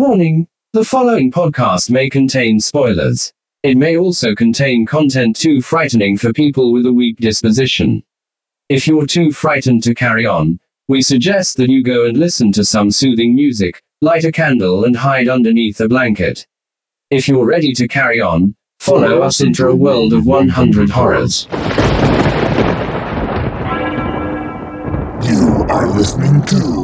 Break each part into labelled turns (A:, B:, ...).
A: Warning The following podcast may contain spoilers. It may also contain content too frightening for people with a weak disposition. If you're too frightened to carry on, we suggest that you go and listen to some soothing music, light a candle, and hide underneath a blanket. If you're ready to carry on, follow us into a world of 100 horrors.
B: You are listening to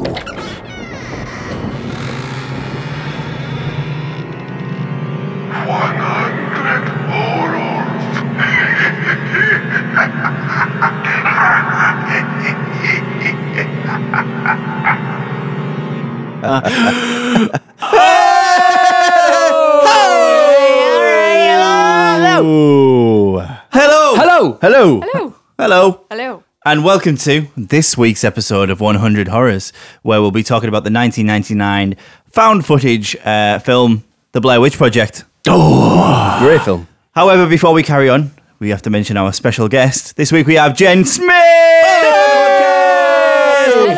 C: Hello.
D: Hello.
C: Hello.
E: Hello.
C: Hello.
E: Hello.
C: And welcome to this week's episode of 100 Horrors, where we'll be talking about the 1999 found footage uh, film, The Blair Witch Project.
D: Great film.
C: However, before we carry on, we have to mention our special guest. This week we have Jen Smith,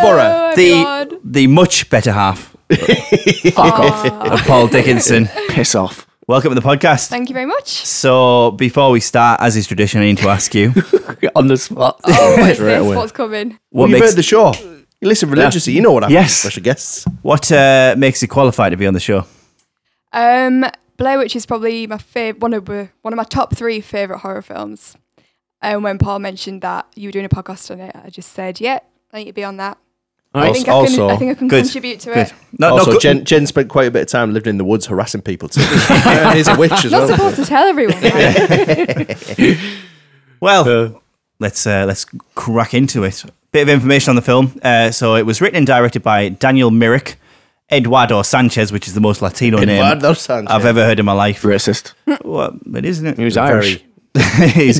D: Borough.
C: the,
E: everyone.
C: the much better half
D: Fuck off.
C: of Paul Dickinson.
D: Piss off.
C: welcome to the podcast.
E: Thank you very much.
C: so, before we start, as is tradition, I need to ask you
D: On the spot.
E: Oh, what's
D: Right
E: this?
D: away.
E: What's coming?
C: what
F: Well, you've
C: makes
F: heard the show. You listen religiously. You know what happens.
D: Yes.
F: to Special guests.
C: what uh, makes you qualified to be on the show?
E: Um, Blair Witch is probably my fav- one of the- one of my top three favorite horror films. And when Paul mentioned that you were doing a podcast on it, I just said, "Yeah, I need to be on that." I think I can.
F: also-
E: I think I can
C: good,
E: contribute to
C: Good.
E: it.
C: No,
F: also,
C: good-
F: Jen, Jen spent quite a bit of time living in the woods harassing people too. and he's a witch as
E: Not
F: well.
E: supposed to tell everyone. that.
C: Well, let's uh, let's crack into it. Bit of information on the film. Uh, so it was written and directed by Daniel Myrick, Eduardo Sanchez, which is the most Latino name
F: Eduardo Sanchez.
C: I've ever heard in my life.
D: Racist.
C: Well, it isn't it?
D: He was Irish.
C: He's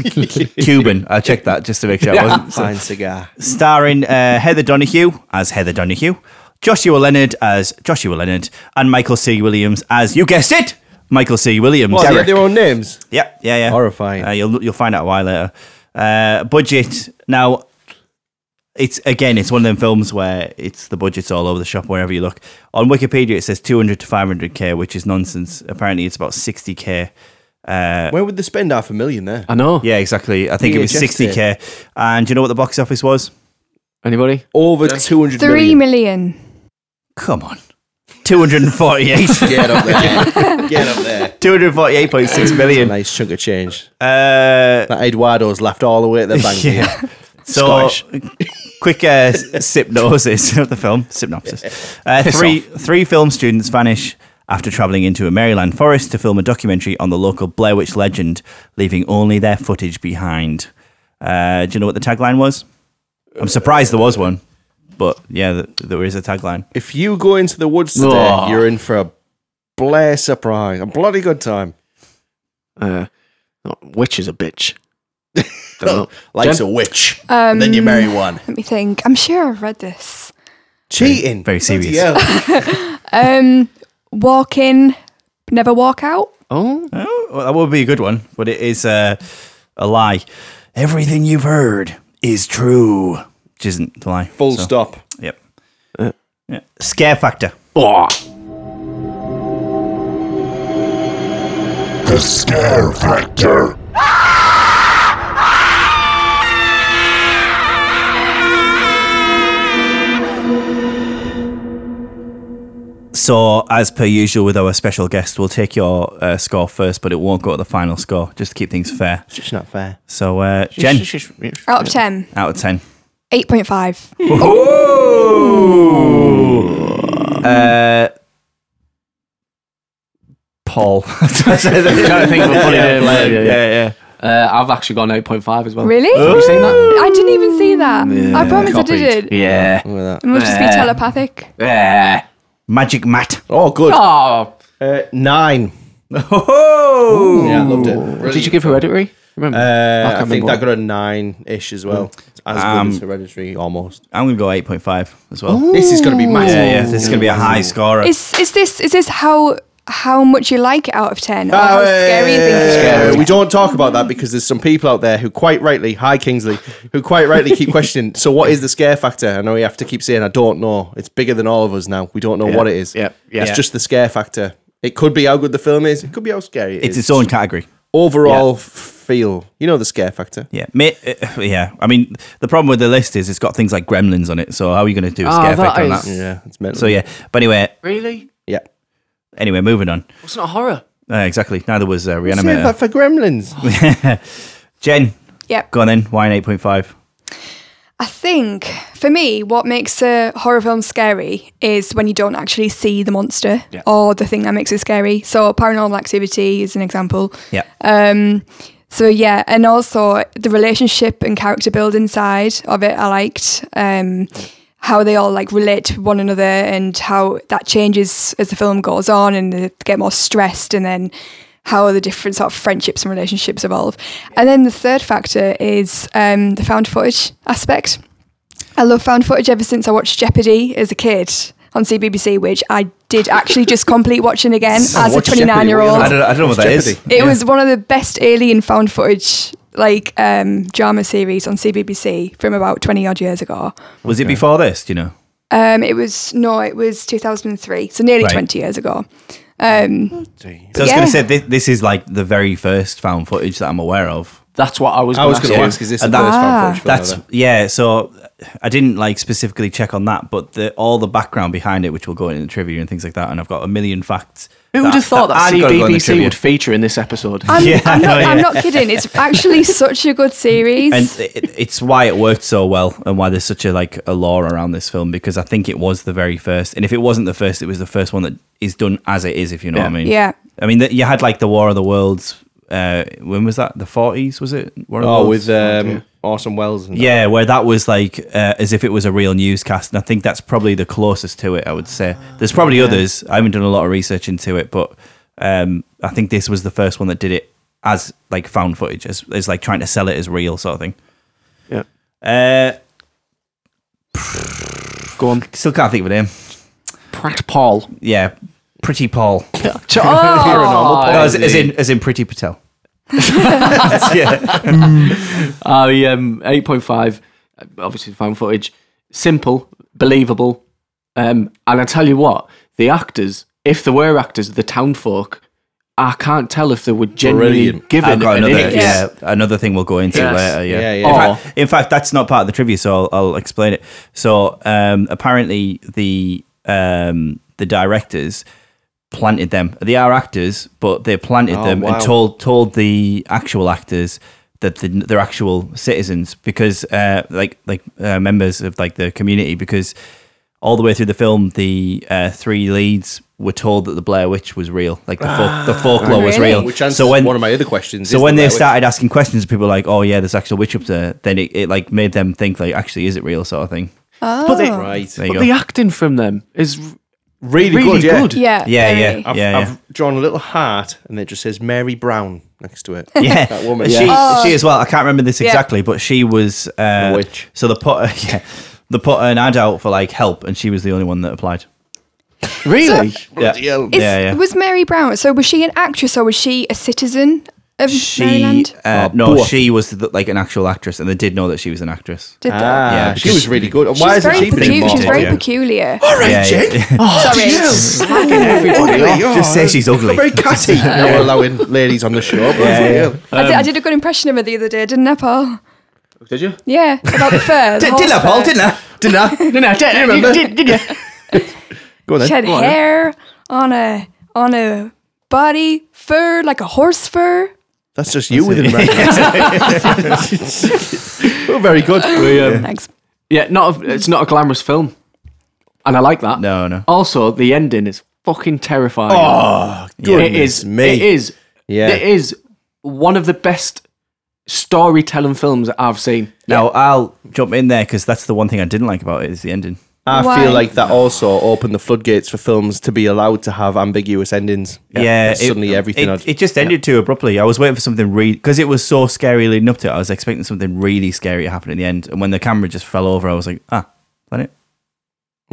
C: Cuban. I checked that just to make sure I wasn't.
F: Fine cigar.
C: Starring uh, Heather Donahue as Heather Donahue, Joshua Leonard as Joshua Leonard, and Michael C. Williams as you guessed it, Michael C. Williams.
F: Well, they
C: Derek.
F: have their own names.
C: Yeah, yeah, yeah.
F: Horrifying.
C: Uh, you'll you'll find out why later. Uh, budget now. It's again, it's one of them films where it's the budget's all over the shop wherever you look. On Wikipedia, it says 200 to 500k, which is nonsense. Apparently, it's about 60k.
F: Uh, Where would they spend half a million there?
D: I know.
C: Yeah, exactly. I think it was
F: VHS
C: 60k. And do you know what the box office was?
D: Anybody?
F: Over two hundred
E: Three
F: million.
E: million.
C: Come on, 248,
F: Get up there. Get up there.
C: 248.6 million.
F: Nice chunk of change.
C: Uh,
F: That Eduardo's laughed all the way at the bank.
C: Yeah. So, quick uh, synopsis of the film. Synopsis. Uh, three three film students vanish after traveling into a Maryland forest to film a documentary on the local Blair Witch legend, leaving only their footage behind. Uh, do you know what the tagline was? I'm surprised there was one, but yeah, th- there is a tagline.
F: If you go into the woods today,
D: Oh.
F: you're in for a Blair surprise. A bloody good time.
D: Uh, no, witch is a bitch. Don't know.
F: Life's
D: Jen?
F: a witch.
E: Um,
F: and then you marry one.
E: Let me think. I'm sure I've read this.
F: Cheating.
C: very serious.
F: Yeah.
E: Um, walk in, never walk out.
D: Oh,
C: Oh, well, that would be a good one, but it is uh, a lie. Everything you've heard is true, which isn't a lie.
F: Full
C: So,
F: stop.
C: Yep. yeah. Uh, Scare factor.
D: oh.
B: the scare factor.
C: So, as per usual with our special guest, we'll take your uh, score first, but it won't go to the final score, just to keep things fair.
F: It's just not fair.
C: So, uh, Jen,
E: Out of ten,
C: out of 10.
E: eight point five.
C: Uh, Paul.
D: trying to think of a funny name. Yeah, yeah, yeah.
C: yeah.
D: Uh, I've actually got an 8.5 as well.
E: Really?
D: Have you seen that?
E: I didn't even see that. I promise I
D: Oh. Copied.
E: didn't.
D: Yeah.
F: Look at
E: It
F: that.
E: must just be
D: Yeah.
E: telepathic.
D: Yeah.
C: Magic Matt.
F: Oh, good.
D: Oh.
F: Uh, nine.
C: Oh!
F: Yeah, I loved it. Really-
D: Did you give Hereditary? Remember?
F: Uh, I,
D: can't
F: think
D: remember
F: that got a nine ish as well. It's As
C: Um,
F: good as Hereditary, almost.
C: I'm going to go 8.5 as well.
F: This is going to be massive.
C: Yeah, yeah. This is going to be a high scorer.
E: Is is this is this how how much you like it out of 10 or how
F: Uh,
E: scary you think it's
F: uh,
E: going to
F: We don't talk about that because there's some people out there who quite rightly, hi Kingsley, who quite rightly keep questioning. So what is the scare factor? I know you have to keep saying I don't know. It's bigger than all of us now. We don't know what it is.
D: yeah, yeah.
F: It's just the scare factor. It could be how good the film is. It could be how scary it
C: It's
F: is.
C: its own category.
F: overall feel. You know the scare factor.
C: Yeah, Ma- uh, yeah. I mean, the problem with the list is it's got things like gremlins on it. So how are you going to do a
D: Oh,
C: scare
D: that
C: effect on
D: is-
C: that?
F: Yeah, it's meant.
C: So yeah, but anyway,
D: Really?
F: yeah.
C: anyway, moving on.
D: It's not horror.
C: Uh, exactly. Neither was uh,
F: Save
C: Reanimator.
F: that for Gremlins.
C: Jen,
E: Yep.
C: go on then. Why an eight point five?
E: I think for me, what makes a horror film scary is when you don't actually see the monster or the thing that makes it scary. So, paranormal activity is an example.
C: Yeah.
D: Uh,
E: Um, so yeah, and also the relationship and character building side of it, I liked um, how they all like relate to one another and how that changes as the film goes on and they get more stressed, and then how the different sort of friendships and relationships evolve. And then the third factor is um, the found footage aspect. I love found footage ever since I watched Jeopardy as a kid on CBBC, which I did actually just complete watching again as a
F: watched Oh, Jeopardy,
E: 29 year
F: what
E: old.
F: are you
C: I don't, I don't know what that is.
F: Jeopardy.
E: It was one of the best alien found footage like um, drama series on CBBC from about 20 odd years ago.
C: Was it before this? Do you know?
E: Um, it was no, it was 2003, so nearly
C: Right.
E: 20 years ago. Um,
C: So I was
E: Yeah.
C: going to say this, this is like the very first found footage that I'm aware of.
D: That's what I was
F: I
D: going
F: was going
D: to
F: to
D: ask.
F: ask, is this the
C: that-
F: first
E: Ah.
F: fan footage?
C: That's
F: photo?
C: yeah. So I didn't like specifically check on that, but the, all the background behind it, which will go into the trivia and things like that, and I've got a million facts.
D: Who would have thought that,
C: aren't gonna go in the
D: CBBC
C: trivia.
D: would feature in this episode?
E: I'm,
C: Yeah,
E: I'm, not,
C: I know,
E: I'm
C: yeah.
E: not kidding. It's actually such a good series.
C: and it, it's why it worked so well and why there's such a like a lore around this film because I think it was the very first and if it wasn't the first it was the first one that is done as it is if you know what I mean
E: Yeah.
C: I mean that you had like the War of the Worlds uh when was that the 40s was it War of the
F: Oh,
C: Worlds?
F: with um, Orson Welles. And that.
C: yeah where that was like uh, as if it was a real newscast and I think that's probably the closest to it I would say there's probably others I haven't done a lot of research into it but um I think this was the first one that did it as like found footage as, as like trying to sell it as real sort of thing
D: yeah.
C: uh
D: Go on.
C: Still can't think of a name.
D: Pratt Paul.
C: Yeah, Pretty Paul.
D: Oh,
C: No, as, as in as in Pretty Patel. yeah.
D: I um eight point five, uh, obviously found footage, simple, believable, um, and I tell you what, the actors, if there were actors, the townfolk, I can't tell if they were genuinely
F: Brilliant.
D: given
C: I've got
D: an
C: another.
D: innings.
C: Yeah, another thing we'll go into
D: Yes.
C: later. Yeah.
F: Yeah, yeah.
C: In,
D: Oh.
C: fact, in fact, that's not part of the trivia, so I'll, I'll explain it. So um, apparently, the um, the directors planted them. They are actors, but they planted them
F: Oh, wow.
C: and told told the actual actors that the, they're actual citizens because uh, like like uh, members of like the community because all the way through the film the uh, three leads were told that the Blair Witch was real, like the folk, the folklore was
E: Really?
C: real.
F: Ah. Which answers
C: so when
F: one of my other questions.
C: so
F: is
C: when they
F: the Blair Witch.
C: started asking questions, people were like, "Oh yeah, there's actual witch up there." Then it, it like made them think like, "Actually, is it real?" Sort of thing.
D: But, they,
F: right,
C: There you
D: but
C: go.
D: the acting from them is r-
F: really,
D: really
F: good. Yeah.
D: good.
E: yeah,
C: yeah, yeah, Oh,
E: very.
C: yeah,
F: I've,
C: yeah,
F: I've drawn a little heart, and it just says Mary Brown next to it.
C: yeah.
F: that woman.
C: She,
F: Yeah.
C: she as well. I can't remember this
E: Yeah.
C: exactly, but she was uh,
F: The witch.
C: So the put, yeah, the put an ad out for like help, and she was the only one that applied.
D: really.
F: Bloody hell.
E: Is-
C: yeah, yeah.
E: Was Mary Brown? So was she an actress or was she a citizen of
C: She,
E: Maryland?
C: uh,
F: Oh,
C: no,
F: boy.
C: she was the, like an actual actress, and they did know that she was an actress.
E: Did they?
F: Ah,
C: Yeah,
F: she
C: because-
F: was really good. And
E: She's
F: Why isn't
E: very
F: she been
E: peculiar.
F: involved?
E: She's very
C: Yeah.
E: peculiar.
F: Right,
C: Yeah, yeah.
F: Jen.
E: Sorry.
D: Everybody off.
C: Just say she's ugly.
F: Very catty. You're allowing ladies on the show. but
C: Yeah, yeah.
F: bloody hell.
E: I, did, I did a good impression of her the other day, didn't I, Paul?
D: Did you?
E: Yeah, about the fur. the
C: Did-
E: horse
C: Didn't I, Paul?
E: fur.
C: Didn't I?
D: Did I? Did I? Did,
F: remember?
D: did, did, you?
F: Go on
E: She
F: then.
E: had hair on a on a body fur like a horse fur.
F: That's just you with an American. Well, very good. uh,
E: Thanks.
D: Yeah, not a, it's not a glamorous film, and I like that.
C: No, no.
D: Also, the ending is fucking terrifying.
C: Oh,
D: it
F: Goodness
D: is.
F: me.
D: It is.
F: Yeah.
D: It is one of the best storytelling films that I've seen.
C: Now I'll jump in there because that's the one thing I didn't like about it is the ending.
F: I
E: Why?
F: feel like that also opened the floodgates for films to be allowed to have ambiguous endings.
C: yeah,
F: That's suddenly
C: It,
F: everything. I'd-
C: it just ended too abruptly. I was waiting for something really because it was so scary leading up to it. I was expecting something really scary to happen in the end, and when the camera just fell over, I was like, ah, is that it?
D: Ah.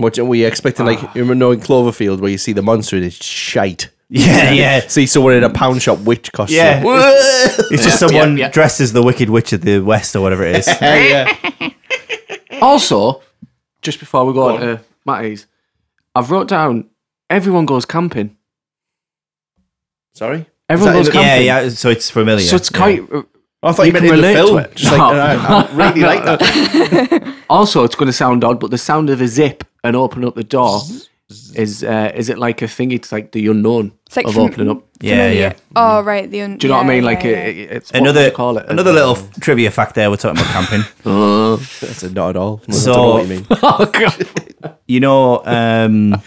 F: What were you expecting? Like you remember knowing Cloverfield, where you see the monster and it's shite.
C: Yeah, yeah.
F: See someone in a pound shop witch costume.
C: Yeah. It's just someone
D: yeah.
C: dressed as the Wicked Witch of the West or whatever it is.
D: Also, just before we go, on to Matty's, I've wrote down everyone goes camping.
F: Sorry.
D: Everyone
F: Is
D: goes
F: that in the-
C: yeah,
D: camping.
C: yeah. So it's familiar.
D: So it's
C: yeah.
D: quite. uh,
F: I thought you,
D: You
F: meant
D: can
F: in the
D: relate to
F: film.
D: it.
F: Just like,
D: No.
F: I, I really like that.
D: Also, it's going to sound odd, but the sound of a zip and open up the door is uh, is it like a thing? It's like the unknown
E: It's like
D: of
E: from-
D: opening up.
C: Yeah, yeah.
E: Oh right. The un-
D: Do you know what I
E: yeah,
D: mean?
E: yeah,
D: Like
E: yeah.
D: It, it's what would
C: Another
D: you call it Um,
C: another little trivia fact there. We're talking about camping.
F: That's a- not at all. I don't
C: So-
F: know what you mean.
D: oh god!
C: you know um,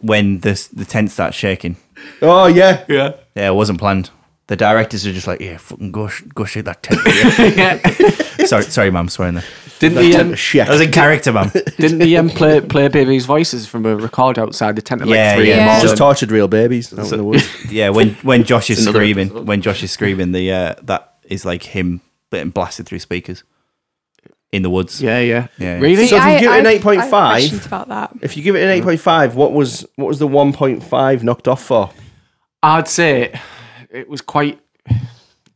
C: when the the tent starts shaking.
F: Oh yeah.
D: Yeah,
C: Yeah, it wasn't planned. The directors are just like, yeah, fucking go, sh- go shake that tent.
D: yeah.
C: sorry, sorry, ma'am, swearing there.
D: Didn't the um,
F: Shit.
C: That was a character, ma'am.
D: didn't the um, play play baby's voices from a record outside the tent at
C: Yeah,
D: like three
E: yeah.
D: yeah.
F: Just tortured real babies out in the woods.
C: Yeah, when when Josh is
D: another
C: screaming, when Josh is screaming, the uh, that is like him getting blasted through speakers in the woods.
D: yeah, yeah,
C: Yeah, yeah.
D: Really?
F: So- if you give it an
E: I have
F: 8.5
E: questions about that.
F: If you give it an eight point five, what was what was the one point five knocked off for?
D: I'd say it was quite.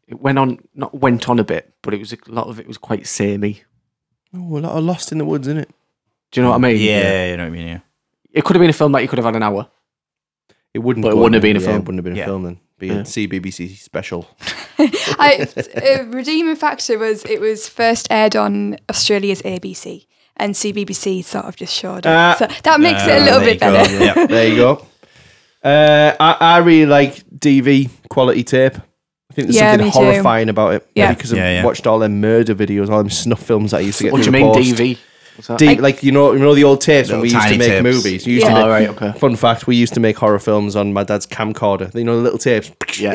D: It went on, not went on a bit, but it was a lot of it was quite samey.
F: Oh, a lot of Lost in the Woods, isn't it?
D: Do you know what I mean?
C: yeah, you know what I mean. Yeah,
D: It could have been a film that you could have had an hour.
F: It wouldn't.
D: But it
F: go
D: wouldn't have
F: then.
D: been a
F: Yeah,
D: film.
F: It wouldn't have been
C: Yeah.
F: a film then. Be a CBBC special.
E: I, uh, a redeeming factor was it was first aired on Australia's ABC, and CBBC sort of just showed it.
F: Ah.
E: so that makes it a
C: Ah,
E: little
C: there
E: bit
C: you go.
E: better.
C: Yeah.
F: There you go. Uh, I, I really like DV quality tape. I think there's
E: Yeah,
F: something
E: me too.
F: horrifying about it.
E: Yeah.
F: because I've
C: Yeah, yeah.
F: watched all them murder videos, all them snuff films that I used to get.
D: What do you
F: through
D: mean,
F: the post.
D: DV? What's that?
F: Deep, like you know, you know the old tapes when
C: Little
F: we used to
C: tiny
F: make
C: tapes.
F: movies. You used
E: Yeah.
F: to
D: Oh, right,
F: make,
D: okay.
F: Fun fact: We used to make horror films on my dad's camcorder. You know, the little tapes.
D: Yeah.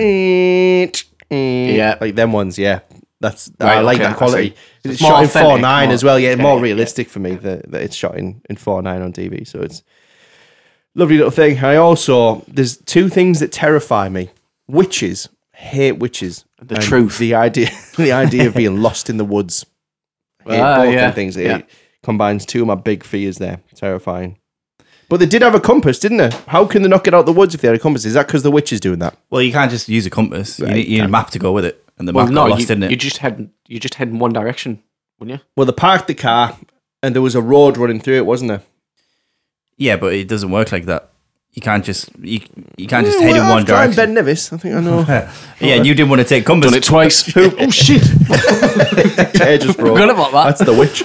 F: yeah, like them ones. Yeah, that's I
D: Right,
F: like
D: okay,
F: that
D: I
F: quality.
D: see.
F: It's,
D: more
F: shot in
D: authentic,
F: four nine
D: more-
F: as well. Yeah,
D: okay,
F: more
D: yeah,
F: realistic for me that, that it's shot in in four nine on TV. So it's lovely little thing. I also there's two things that terrify me: witches. Hate witches.
D: The truth.
F: The idea. The idea of being lost in the woods. I hate
D: Ah,
F: both them
D: yeah,
F: things. It
D: yeah.
F: combines two of my big fears there. Terrifying. But they did have a compass, didn't they? How can they not get out the woods if they had a compass? Is that because the witch is doing that?
C: Well, you can't just use a compass. You
F: Right,
C: need, you need a
F: can't.
C: map to go with it, and the
D: Well,
C: map got
D: no,
C: lost,
D: you,
C: didn't it?
D: you just head you just head in one direction, wouldn't you?
F: Well, they parked the car and there was a road running through it, wasn't there?
C: yeah, but it doesn't work like that. You can't just you you can't
E: Mm,
F: Hmm,
C: just head in one
F: I'm
C: direction.
F: Ben Nevis. I think I know.
C: yeah, and you didn't want to take compass.
D: twice. oh shit!
F: Chair just broke.
D: Forgot about that.
F: That's the witch.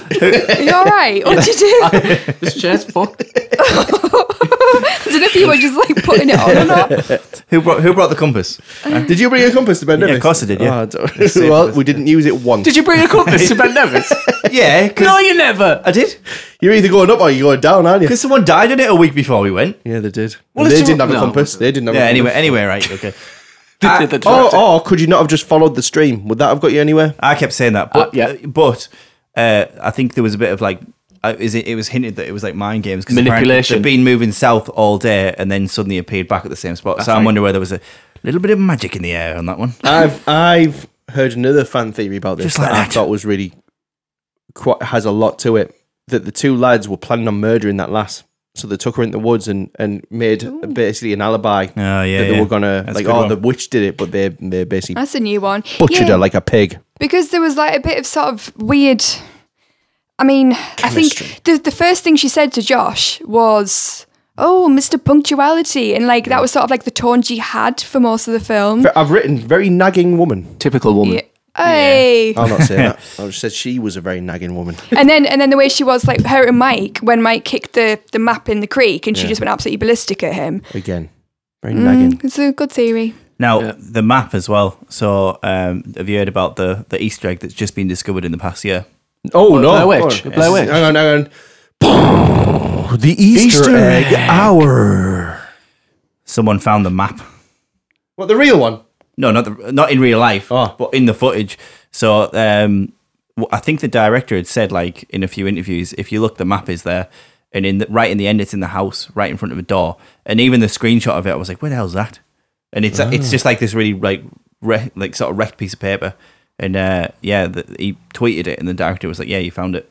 E: You're all right. What did you do?
D: This chair's fucked.
E: I don't know if you were just like putting it on or not.
C: Who brought who brought the compass?
F: did you bring a compass to Ben Nevis?
C: of course I did, yeah.
F: Oh, I don't- well, we didn't use it once.
D: Did you bring a compass to Ben Nevis?
C: yeah,
D: no, you never.
C: I did.
F: You're either going up or you're going down, aren't you?
C: Because someone died in it a week before we went.
F: Yeah, they did.
D: Well,
F: they
D: it's-
F: didn't have a
D: no.
F: compass. They didn't have
C: Yeah.
F: a
C: Anyway,
F: compass.
C: anyway, right. Okay.
D: Did the
C: Oh,
F: Or,
D: director-
F: or Oh, could you not have just followed the stream? Would that have got you anywhere?
C: I kept saying that, but
D: Uh, yeah.
C: but uh, I think there was a bit of like. Uh, is it, it was hinted that it was like mind games because
D: Manipulation.
C: they've been moving south all day and then suddenly appeared back at the same spot. so I wonder where there was a little bit of magic in the air on that one.
F: I've I've heard another fan theory about this
C: Just like
F: that, I
C: that.
F: thought was really quite has a lot to it. That the two lads were planning on murdering that lass, so they took her into the woods and and made basically an alibi
C: Oh, yeah,
F: that they
C: yeah.
F: were gonna
C: That's a
F: like
C: good
F: oh
C: one.
F: the witch did it, but they they basically
E: That's a new one.
F: butchered
E: Yeah,
F: her like a pig.
E: because there was like a bit of sort of weird. I mean, I think the the first thing she said to Josh was, "Oh, Mr. Punctuality," and like that was sort of like the tone she had for most of the film.
F: I've written very nagging woman.
D: Typical woman.
E: Yeah. Hey.
F: I'm not saying that. I just said she was a very nagging woman.
E: and then and then the way she was like her and Mike when Mike kicked the the map in the creek and she just went absolutely ballistic at him.
F: Again, very nagging.
E: It's a good theory.
C: Now the map as well. So um, have you heard about the the Easter egg that's just been discovered in the past year?
F: Oh no,
D: Blair Witch.
F: Oh,
D: Blair Witch.
F: Hang on, hang on. The Easter, egg hour.
C: Someone found the map.
F: What the real one?
C: No, not the, not in real life,
F: Oh.
C: but in the footage. So um, w- I think the director had said like in a few interviews, if you look, the map is there, and in the, right in the end, it's in the house, right in front of a door, and even the screenshot of it, I was like, where the hell's that? And it's
F: Ah.
C: it's just like this really like re- like sort of wrecked piece of paper, and uh, yeah, the, he tweeted it, and the director was like, yeah, you found it.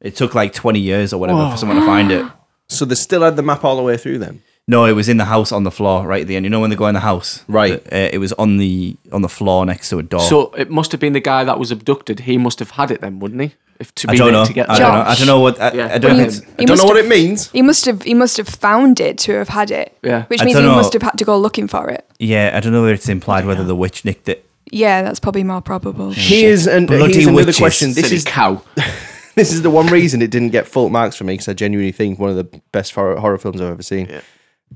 C: It took like twenty years or whatever for someone to find it.
F: So they still had the map all the way through then.
C: No, it was in the house on the floor right at the end. You know when they go in the house,
F: Right.
C: Uh, it was on the on the floor next to a door.
D: So it must have been the guy that was abducted. He must have had it then, wouldn't he? If to
C: I
D: be
C: don't
D: there
C: know.
D: to get
C: I
D: there.
C: don't know. I don't know what. I,
D: Yeah.
C: I don't.
E: He-
C: Think,
E: he
F: I don't
E: must
F: know what
E: have-
F: it means.
E: He must have he must have found it to have had it.
D: Yeah.
E: Which
C: I
E: means he
C: don't know.
E: must have had to go looking for it.
C: yeah, I don't know whether it's implied whether the witch nicked it.
E: Yeah, that's probably more probable.
F: Here's, an,
C: Bloody
F: here's another
C: witches.
F: question. This
D: Silly
F: is
D: cow.
F: this is the one reason it didn't get full marks for me because I genuinely think one of the best horror, horror films I've ever seen.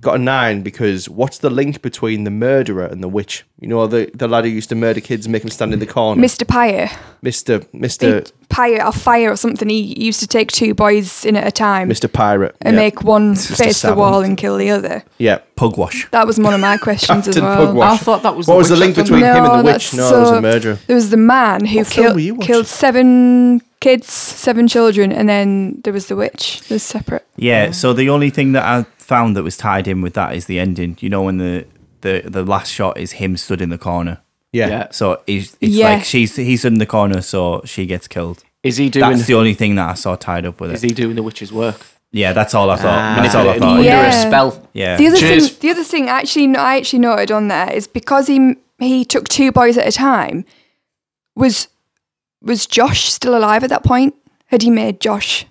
F: Got a nine because what's the link between the murderer and the witch? You know the the lad who used to murder kids and make them stand in the
E: Mm.
F: corner,
E: Mr. Pyre.
F: Mister
E: He,
F: Mister
E: Pyre or Fire or something. He used to take two boys in at a time
F: Mister Pirate.
E: and
F: yeah.
E: make one face the
F: stab
E: wall
F: 'em.
E: and kill the other.
F: yeah.
C: Pugwash.
E: That was one of my questions as
F: Captain
E: well. Oh,
F: Pugwash.
D: I thought that was
F: What
D: the
F: was the
D: witch
F: link
D: that
F: between him and the
E: that's-
F: witch? No, it was
E: so
F: a murderer.
E: There was the man who
F: What film
E: killed
F: were you watching?
E: killed seven kids, seven children, and then there was the witch. They're separate.
C: Yeah. So the only thing that I found that was tied in with that is the ending. You know when the the the last shot is him stood in the corner.
F: Yeah.
D: Yeah.
C: So it's, it's
E: Yeah.
C: like she's he's in the corner, so she gets killed.
D: Is he doing?
C: That's the only thing that I saw tied up with
D: is
C: it.
D: he doing the witch's work? Uh,
C: yeah, that's all I thought. that's all I
D: Manipulating
C: thought.
D: under
E: Yeah.
D: a spell.
C: Yeah.
E: The other
D: Cheers.
E: thing, the other thing, actually, no, I actually noted on there is because he he took two boys at a time. Was was Josh still alive at that point? Had he made Josh?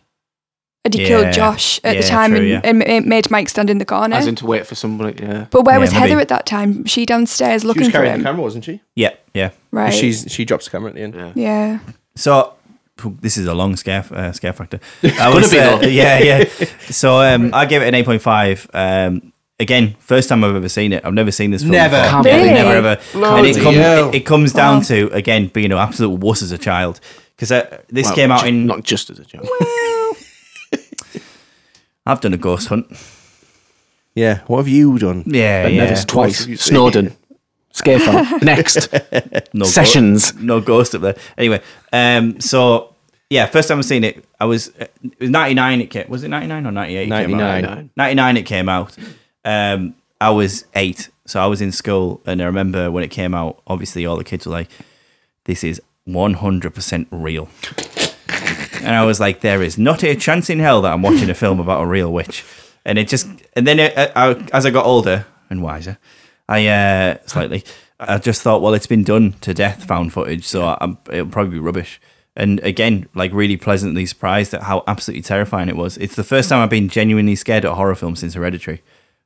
E: Had he
C: Yeah.
E: killed Josh at
C: Yeah,
E: the time
C: true,
E: and,
C: yeah.
E: and ma- made Mike stand in the corner?
D: As in to wait for somebody. Yeah.
E: but where
C: Yeah,
E: was
C: maybe.
E: Heather at that time? Was She downstairs
F: She
E: looking
F: was
E: for
F: carrying the
E: him,
F: camera, wasn't she?
C: Yeah, yeah.
E: right?
F: She's she drops the camera at the end.
E: yeah.
C: So this is a long scare uh, scare factor. I
D: Gonna
C: was,
D: be
C: uh,
D: though.
C: yeah, yeah. So um, I gave it an eight point five. Um, again, first time I've ever seen it. I've never seen this film.
F: Never.
C: before.
D: Can't
E: believe
C: never
E: it.
C: ever. and it,
F: Bloody
C: come,
F: hell.
C: it, it comes down to again being an absolute wuss as a child because uh, this
D: Well,
C: came out
D: ju-
C: in.
D: not just as a joke.
C: I've done a ghost hunt.
F: Yeah. What have you done?
C: Yeah,
F: But
C: yeah.
F: never-
D: It's twice.
F: What have you seen?
D: Snowden. Scarefell. Next.
C: No ghost-
D: Sessions.
C: no ghost up there. Anyway, um, so yeah, first time I've seen it, I was uh, it was ninety nine. It came was it ninety nine or ninety eight?
F: 99.
C: Ninety nine. It came out. Um, I was eight, so I was in school, and I remember when it came out. Obviously, all the kids were like, "This is one hundred percent real," and I was like, "There is not a chance in hell that I'm watching a film about a real witch." And it just, and then it, I, I- as I got older and wiser, I uh, slightly. I just thought, well, it's been done to death, found footage, so I'm, it'll probably be rubbish. And again, like really pleasantly surprised at how absolutely terrifying it was. It's the first time I've been genuinely scared at a horror film since Hereditary,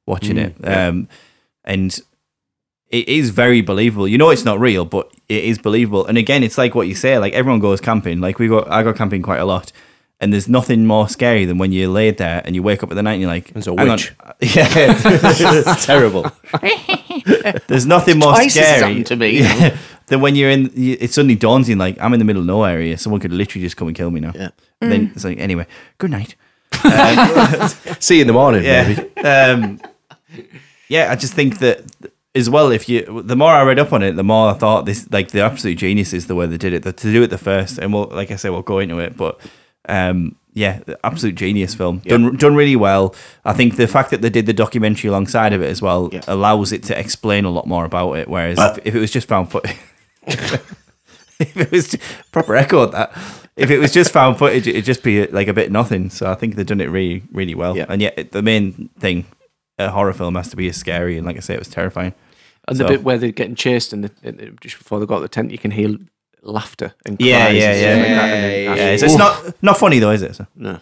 C: watching it. Um, and it is very believable. You know, it's not real, but it is believable. And again, it's like what you say. Like everyone goes camping. Like we go, I go camping quite a lot. And there's nothing more scary than when you're laid there and you wake up at the night and you're like,
F: There's a
C: "Hang on."
F: witch.
C: Yeah,
F: It's terrible.
C: there's nothing more
D: Twice has
C: scary
D: happened to me.
C: Yeah. than when you're in. you- It suddenly dawns in like I'm in the middle of nowhere here. Someone could literally just come and kill me now.
D: Yeah.
C: And Then
D: Mm.
C: it's like anyway, good night.
F: See you in the morning, maybe.
C: um, yeah, I just think that as well. If you, the more I read up on it, the more I thought this, like the absolute genius is the way they did it. The, to do it the first, and we'll, like I say, we'll go into it. But um, yeah, the absolute genius film done done really well. I think the fact that they did the documentary alongside of it as well
D: Yeah.
C: allows it to explain a lot more about it. Whereas if, if it was just found footage, if it was just, proper echo of that. If it was just found footage, it'd just be uh, like a bit nothing. So I think they've done it really, really well.
D: Yeah.
C: And yet, it- the main thing, a horror film has to be as scary. And like I say, it was terrifying.
D: And
C: So-
D: the bit where they're getting chased and the, and the- just before they got to the tent, you can hear laughter and cries.
C: Yeah,
D: and
C: yeah,
D: stuff
C: yeah.
D: like that, and then
F: Yeah,
D: Ash-
C: Yeah, it's, it's
D: Ooh.
C: not not funny though, is it? So,
D: No.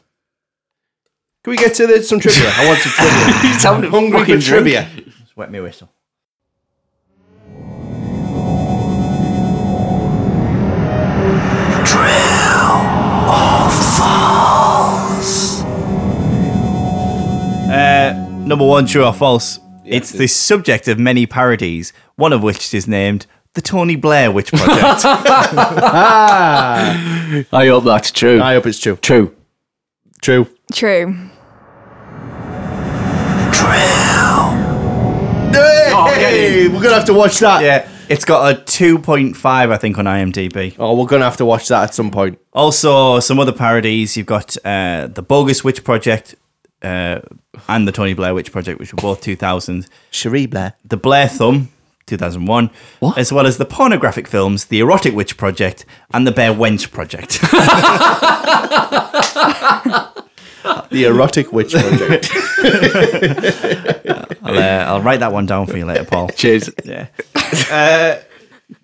F: Can we get to the, some trivia? I want some trivia.
D: sounded
F: hungry
D: fucking
F: for trivia.
C: just wet me whistle. Uh, number one, true or false? it's the subject of many parodies, one of which is named the Tony Blair Witch Project.
D: I hope that's true.
F: I hope it's true.
D: True.
F: True.
E: True.
F: Hey, we're gonna have to watch that.
C: yeah, it's got a 2.5, I think, on IMDb.
F: Oh, we're gonna have to watch that at some point.
C: Also, some other parodies. You've got uh, the Bogus Witch Project uh, and the Tony Blair Witch Project, which were both 2000.
F: Cherie Blair.
C: The Blair Thumb, 2001.
D: What?
C: As well as the pornographic films, the Erotic Witch Project and the Bear Wench Project.
F: The Erotic Witch Project.
C: I'll, uh, I'll write that one down for you later, Paul.
D: Cheers.
C: Yeah. Uh,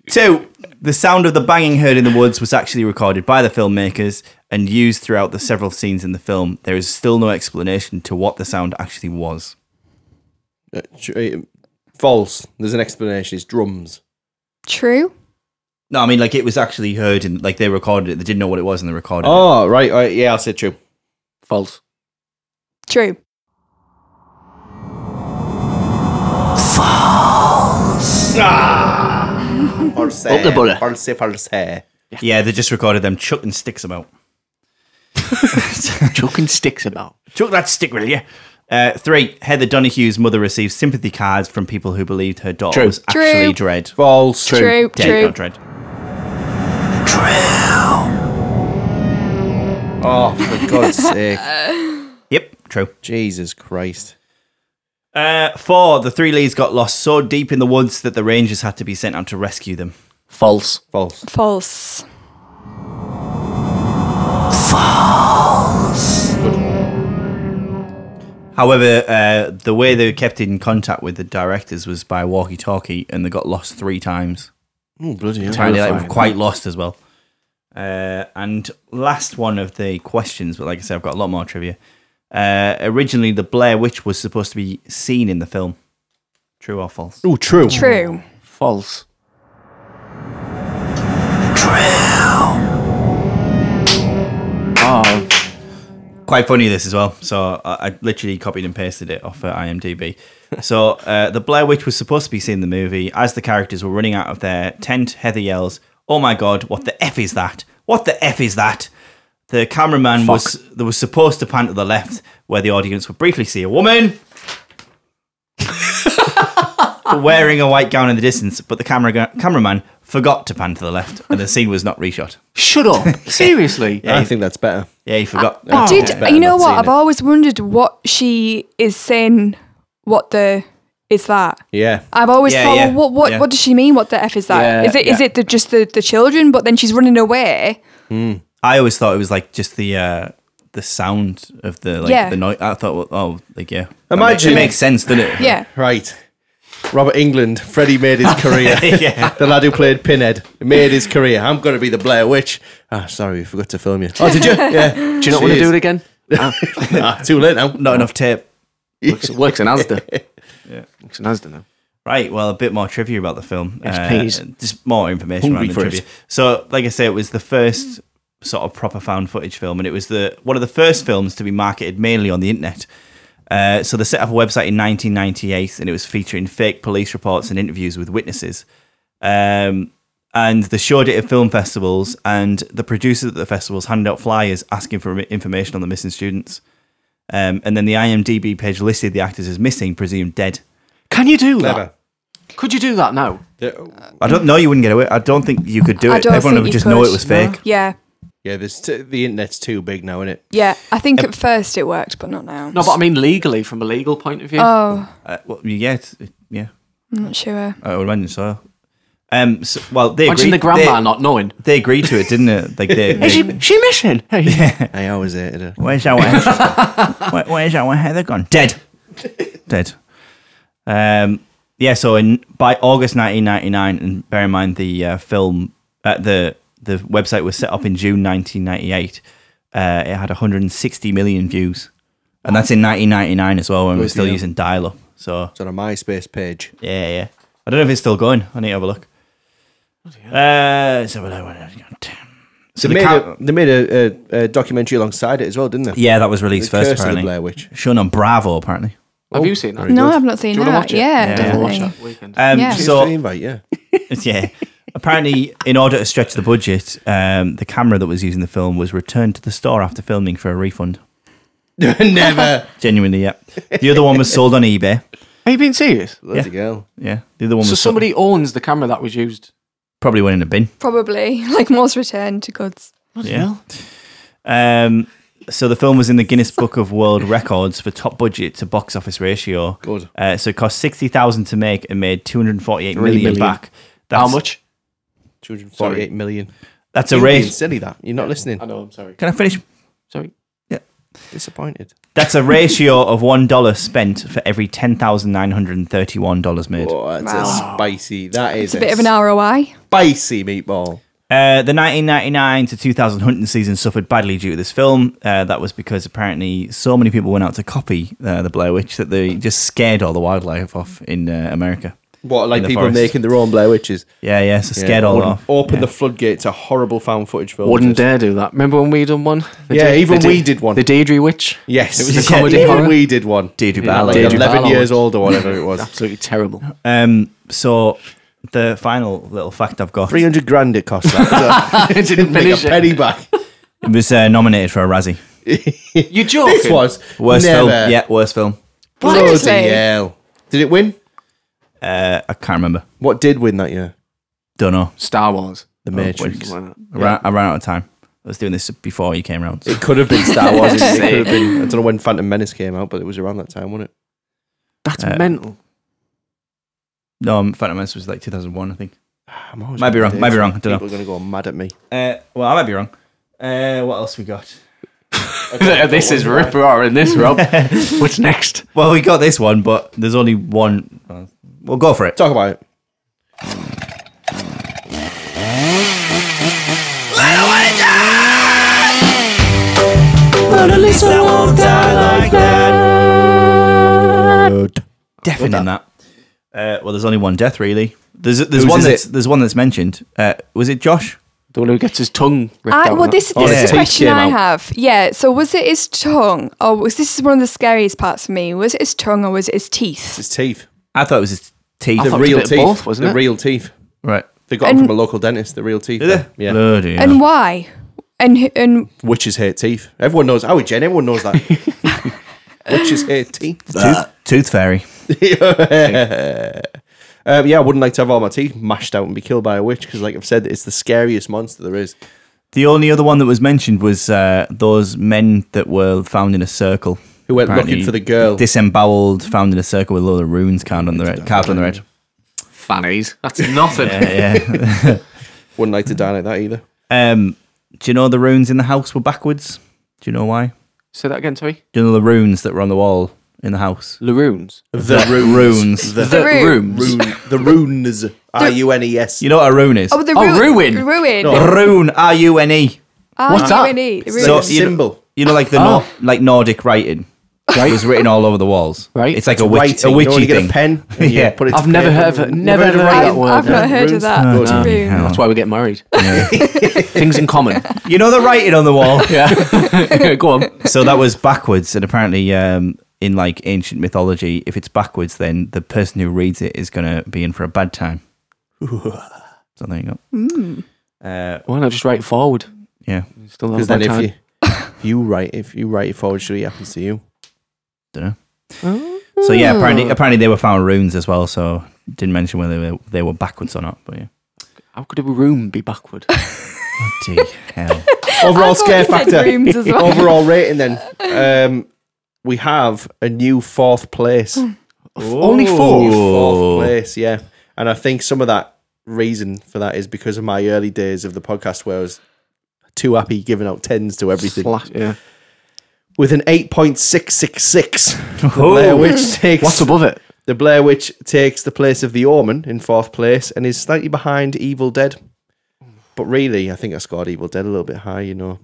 C: so, the sound of the banging heard in the woods was actually recorded by the filmmakers and used throughout the several scenes in the film. There is still no explanation to what the sound actually was.
F: Uh, tr- uh, False. There's an explanation. It's drums.
E: True.
C: No, I mean, like, it was actually heard in, like, they recorded it. They didn't know what it was and they recorded it.
F: Oh, right. right yeah, I'll say true.
D: False.
E: True.
F: False.
D: Up the bullet.
F: False, false.
C: Yeah, they just recorded them chucking sticks about.
D: Chucking sticks about.
C: Chuck that stick, will you? Uh, three, Heather Donahue's mother received sympathy cards from people who believed her daughter
D: True.
C: was actually
E: True.
C: Dread.
F: False.
E: True.
C: Dead,
E: True.
C: not Dread.
F: Oh, for God's sake.
C: Yep, true.
F: Jesus Christ.
C: Uh, four, the three leads got lost so deep in the woods that the rangers had to be sent out to rescue them.
D: False.
F: False.
E: False.
C: However, uh, the way they kept in contact with the directors was by walkie-talkie, and they got lost three times.
F: Oh, bloody hell.
C: Apparently, like, were quite lost as well. Uh, and last one of the questions, but like I said, I've got a lot more trivia. Uh, originally, the Blair Witch was supposed to be seen in the film. True or false?
F: Oh, true.
E: True.
D: False. True. Oh,
C: quite funny this as well. So I, I literally copied and pasted it off of IMDb. So uh, the Blair Witch was supposed to be seen in the movie as the characters were running out of their tent. Heather yells, "Oh my god, what the f is that? What the f is that?" The cameraman was there was supposed to pan to the left where the audience would briefly see a woman. wearing a white gown in the distance, but the camera cameraman forgot to pan to the left, and the scene was not reshot.
D: shut up! Seriously,
F: I think that's better.
C: Yeah, he forgot.
E: I did.
F: Oh, better
E: You know
F: not
E: what?
F: seeing
E: I've
F: it.
E: always wondered what she is saying. What the is that?
F: Yeah.
E: I've always
C: Yeah,
E: thought,
C: yeah,
E: well, what what
C: yeah.
E: what does she mean? What the f is that?
D: Yeah,
E: Is it is
D: yeah.
E: it the, just the the children? But then she's running away.
C: I always thought it was like just the uh, the sound of the like
E: Yeah.
C: the noise. I thought, well, oh, like yeah.
F: Imagine-
C: it makes sense, doesn't it?
E: Yeah.
F: Right. Robert England, Freddie made his career. The lad who played Pinhead made his career. I'm going to be the Blair Witch. Ah, sorry, we forgot to film you. Oh, did you? Yeah. Do
D: do you not want to do it again?
F: Ah, too late now.
C: Not enough tape.
D: Works, works in Asda. yeah, works in Asda now.
C: Right. Well, a bit more trivia about the film. Uh,
D: Yes, please.
C: Just more information
D: Hungry
C: around the
D: for it.
C: trivia. So, like I say, it was the first sort of proper found footage film, and it was the one of the first films to be marketed mainly on the internet. Uh, so they set up a website in 1998, and it was featuring fake police reports and interviews with witnesses. Um, and they showed it at film festivals, and the producers at the festivals handed out flyers asking for information on the missing students. Um, and then the IMDb page listed the actors as missing, presumed dead.
D: Can you do
F: Clever.
D: that? Could you do that now?
C: I don't know. You wouldn't get away. I don't think you could do
E: I
C: it.
E: don't
C: Everyone
E: think
C: would
E: you
C: just know
E: could,
C: it was
E: no.
C: fake.
E: Yeah.
F: Yeah, this t- the internet's too big now, isn't it?
E: Yeah. I think at first it worked, but not now.
D: No, but I mean legally, from a legal point of view.
E: Oh,
C: Uh, well, yeah, it's, it- yeah.
E: I'm not sure.
C: I would imagine so. Um. So, well, they
D: Imagine
C: agreed.
D: the grandma
C: they,
D: not knowing.
C: they agreed to it, didn't it? Like they. they-
D: she missing?
F: I always hated it.
C: where's our? Where, where's our Heather gone? Dead. Dead. Um. Yeah. So in by August 1999, and bear in mind the uh, film, uh, the the website was set up in June 1998. Uh, it had 160 million views, and that's in 1999 as well when we we're still
F: yeah.
C: using dial-up. So
F: It's on a MySpace page.
C: Yeah, yeah. I don't know if it's still going. I need to have a look. Uh, let's have a look. So
F: They
C: the
F: made,
C: ca-
F: a, they made a, a, a documentary alongside it as well, didn't they?
C: yeah, that was released
F: The
C: first.
F: Curse of the
C: apparently,
F: Blair Witch.
C: shown on Bravo. Apparently,
D: Have you seen that?
E: No, I've not seen
D: Oh, Do you
E: that.
D: wanna watch it?
E: Yeah,
C: Yeah.
D: I'll watch
E: definitely.
D: that weekend.
C: um,
E: Yeah.
F: So,
C: so
F: invite, yeah.
C: yeah. Apparently, in order to stretch the budget, um, the camera that was used in the film was returned to the store after filming for a refund.
F: Never.
C: Genuinely, yeah. The other one was sold on eBay.
D: Are
E: Uh,
D: you being serious?
F: Bloody girl.
C: Yeah, the other one
D: So
C: was sold-
D: somebody owns the camera that was used.
C: probably went in a bin.
E: Probably like most returned to goods.
C: Yeah. Um, so the film was in the Guinness Book of World Records for top budget to box office ratio.
F: Good.
C: Uh, so it cost sixty thousand to make and made two hundred forty-eight
D: Three
C: million
D: million.
C: back. That's,
D: How much?
F: 248 million.
C: That's a
F: You're being
C: race.
F: silly that. You're not listening.
D: know. I'm sorry.
C: Can I finish?
D: Sorry.
C: Yeah.
F: Disappointed.
C: That's a ratio of one dollar spent for every ten thousand nine hundred and thirty-one dollars made.
F: Oh, that's a spicy. That
E: It's
F: is
E: a bit of an ROI.
F: spicy meatball.
C: Uh, the 1999 to 2000 hunting season suffered badly due to this film. Uh, that was because apparently so many people went out to copy uh, the Blair Witch that they just scared all the wildlife off in uh, America.
F: What like
C: the
F: people
C: forest.
F: making their own Blair Witches?
C: Yeah, yeah, so scared all
F: Wouldn't
C: off.
F: Open the floodgate to horrible found footage films.
D: Wouldn't dare do that. Remember when we done one? The
F: Yeah,
D: Dei-
F: even
D: the Dei-
F: we did one.
D: The Deirdre Witch.
F: Yes,
D: It was a
C: Yeah,
D: comedy
F: even
D: horror.
F: we did one.
C: Deirdre
F: Yeah,
C: Ballard.
F: like
D: Deirdre
F: eleven
D: Ballard.
F: years old or whatever it was.
D: Absolutely terrible.
C: Um, so the final little fact I've got.
F: Three hundred grand it cost. That. So
D: I didn't
F: make a
D: finish it.
F: penny back.
C: It was uh, nominated for a Razzie.
D: You joking?
F: This was
C: Worst
F: never.
C: film. Yeah, worst film.
F: Bloody
E: Seriously?
F: hell. Did it win?
C: Uh, I can't remember.
F: What did win that year?
C: Don't know.
D: Star Wars.
F: The
C: Oh, Matrix. I, ran, I ran out of time. I was doing this before you came round.
F: It could have been Star Wars. it could have been. I don't know when Phantom Menace came out, but it was around that time, wasn't it?
D: That's
C: Uh,
D: mental.
C: No, um, Phantom Menace was like 2001, I think.
F: I'm always
C: Might be wrong,
F: dates.
C: might be wrong, I don't know.
F: People are going to go mad at me.
C: Uh, well, I might be wrong. Uh, what else we got?
D: this is rip roaring. This Rob. What's next?
C: Well, we got this one, but there's only one. well, We'll go for it.
F: Talk about it.
C: Definite in that. Uh, well, there's only one death, really. There's there's
F: Whose
C: one
F: is
C: that's,
F: it?
C: there's one that's mentioned. Uh, was it Josh?
D: The one who gets his tongue ripped
E: I,
D: out.
E: well, this,
F: Oh,
E: this
F: the
E: is
F: teeth
E: a question
F: came
E: I
F: out.
E: have. Yeah. So was it his tongue, or was this is one of the scariest parts for me? Was it his tongue, or was it his teeth?
F: It's teeth.
C: I thought it was his teeth.
D: I
F: The
D: thought it was a
F: real
D: bit of
F: teeth.
D: both, wasn't
F: the
D: it?
F: real teeth.
C: right.
F: They got them
E: And-
F: from a local dentist. The real teeth. Yeah.
C: Bloody hell.
E: And why? And who- and
F: Witches hate teeth. Everyone knows. Oh, Jen, everyone knows that. Witches hate teeth.
C: tooth, tooth fairy.
F: Um, yeah, I wouldn't like to have all my teeth mashed out and be killed by a witch because, like I've said, it's the scariest monster there is.
C: The only other one that was mentioned was uh, those men that were found in a circle
F: Who went
C: Apparently
F: looking for the girl?
C: disemboweled, found in a circle with a load of runes carved on the red. Carved on the red.
D: fannies. That's nothing.
C: Yeah.
F: wouldn't like to die like that either.
C: um, do you know the runes in the house were backwards? Do you know why?
D: Say that again, Toby.
C: Do you know the runes that were on the wall in the house?
D: Laroons.
F: The
C: runes.
F: The,
D: The
E: Rune.
D: rooms.
F: rune. The runes. R U N E S.
C: You know what a rune is?
E: oh, the
D: Oh,
E: ru-
D: ruin.
E: ruin. Ah,
C: Rune, R U N E.
D: What's that?
E: R-U-N-E, the
F: Like
E: ruin.
F: a symbol.
C: You know, like the
F: Oh.
C: Nor- like Nordic writing. Right. It was written all over the walls.
D: Right.
C: It's like a, witch,
F: Writing.
C: a
F: You know
C: witchy
F: when you get
C: thing.
F: a pen. and you
C: Yeah.
F: Put it to
D: I've never
F: paper.
D: heard of it. Never heard of
F: that
D: that
E: I've,
D: word.
E: I've not heard of
F: Runes.
E: that.
C: Oh,
E: The
C: bloody
E: ruin.
C: hell.
D: That's why we get married. Things in common.
C: You know the writing on the wall.
D: Yeah. Go on.
C: so that was backwards, and apparently, um, in like ancient mythology, if it's backwards, then the person who reads it is going to be in for a bad time. so there you go.
E: Mm.
C: Uh,
D: Why not just write forward?
C: yeah,
D: Still not
F: Because
D: bad
F: then if
D: time.
F: you, if you write, if you write it forward, surely it happens to you.
C: don't know. So yeah, apparently, apparently they were found runes as well. So didn't mention whether they were, they were backwards or not, but yeah.
D: How could a room be backward?
C: Bloody hell.
F: Overall
E: I thought
F: scare
E: you said
F: factor.
E: rooms as well.
F: Overall rating then. Um, we have a new fourth place.
D: Hmm. Only
F: New
D: four.
C: Oh.
F: fourth place, yeah. And I think some of that reason for that is because of my early days of the podcast where I was too happy giving out tens to everything.
D: Slash, yeah.
F: With an 8.666, the Blair Witch takes
D: What's above it?
F: the Blair Witch takes the place of The Omen in fourth place and is slightly behind Evil Dead. But really, I think I scored Evil Dead a little bit high, you know.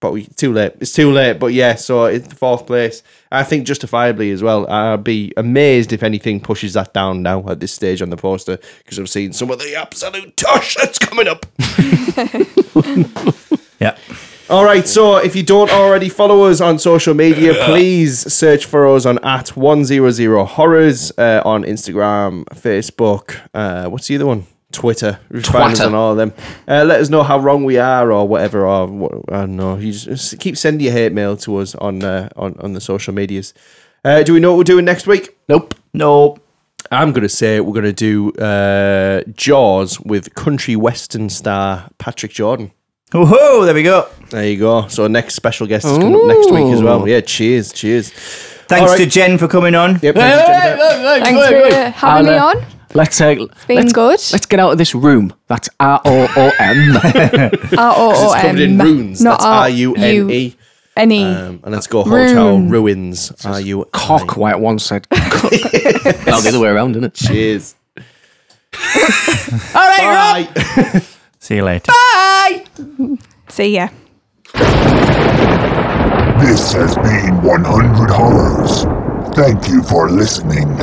F: But we, too late. It's too late. But yeah, so it's fourth place. I think justifiably as well. I'd be amazed if anything pushes that down now at this stage on the poster because I've seen some of the absolute tush that's coming up.
C: Yeah.
F: All right, so if you don't already follow us on social media, please search for us on at 100 horrors uh, on Instagram, Facebook. Uh, what's the other one? Twitter. You can Find us
D: Twatter.
F: on all of them. Uh, let us know how wrong we are or whatever. Or what, I don't know. You just, just keep sending your hate mail to us on uh, on, on the social medias. Uh, do we know what we're doing next week?
D: Nope.
C: No.
F: I'm going to say we're going to do uh, Jaws with country western star Patrick Jordan.
C: Woohoo! There we go.
F: There you go. So our next special guest is coming up next week as well. Yeah, cheers, cheers.
C: Thanks
F: All right.
C: to Jen for coming on.
F: Yep, thank you, Jennifer.
E: Thanks for uh, having me
D: Anna.
E: on.
D: Let's take. It's
E: been good.
D: Let's get out of this room. That's R O O M.
E: R O O
F: It's covered in
E: M.
F: runes.
E: Um, Not
F: That's
E: R
F: R U N
E: U
F: E.
E: Any.
F: Um, and let's go hotel
E: Room.
F: ruins. Are you
D: Cock white one said. Cock. well, the other way around, isn't it?
F: Cheers.
D: All right, Rob.
F: Bye.
C: See you later.
E: See ya.
B: This has been 100 Horrors. Thank you for listening.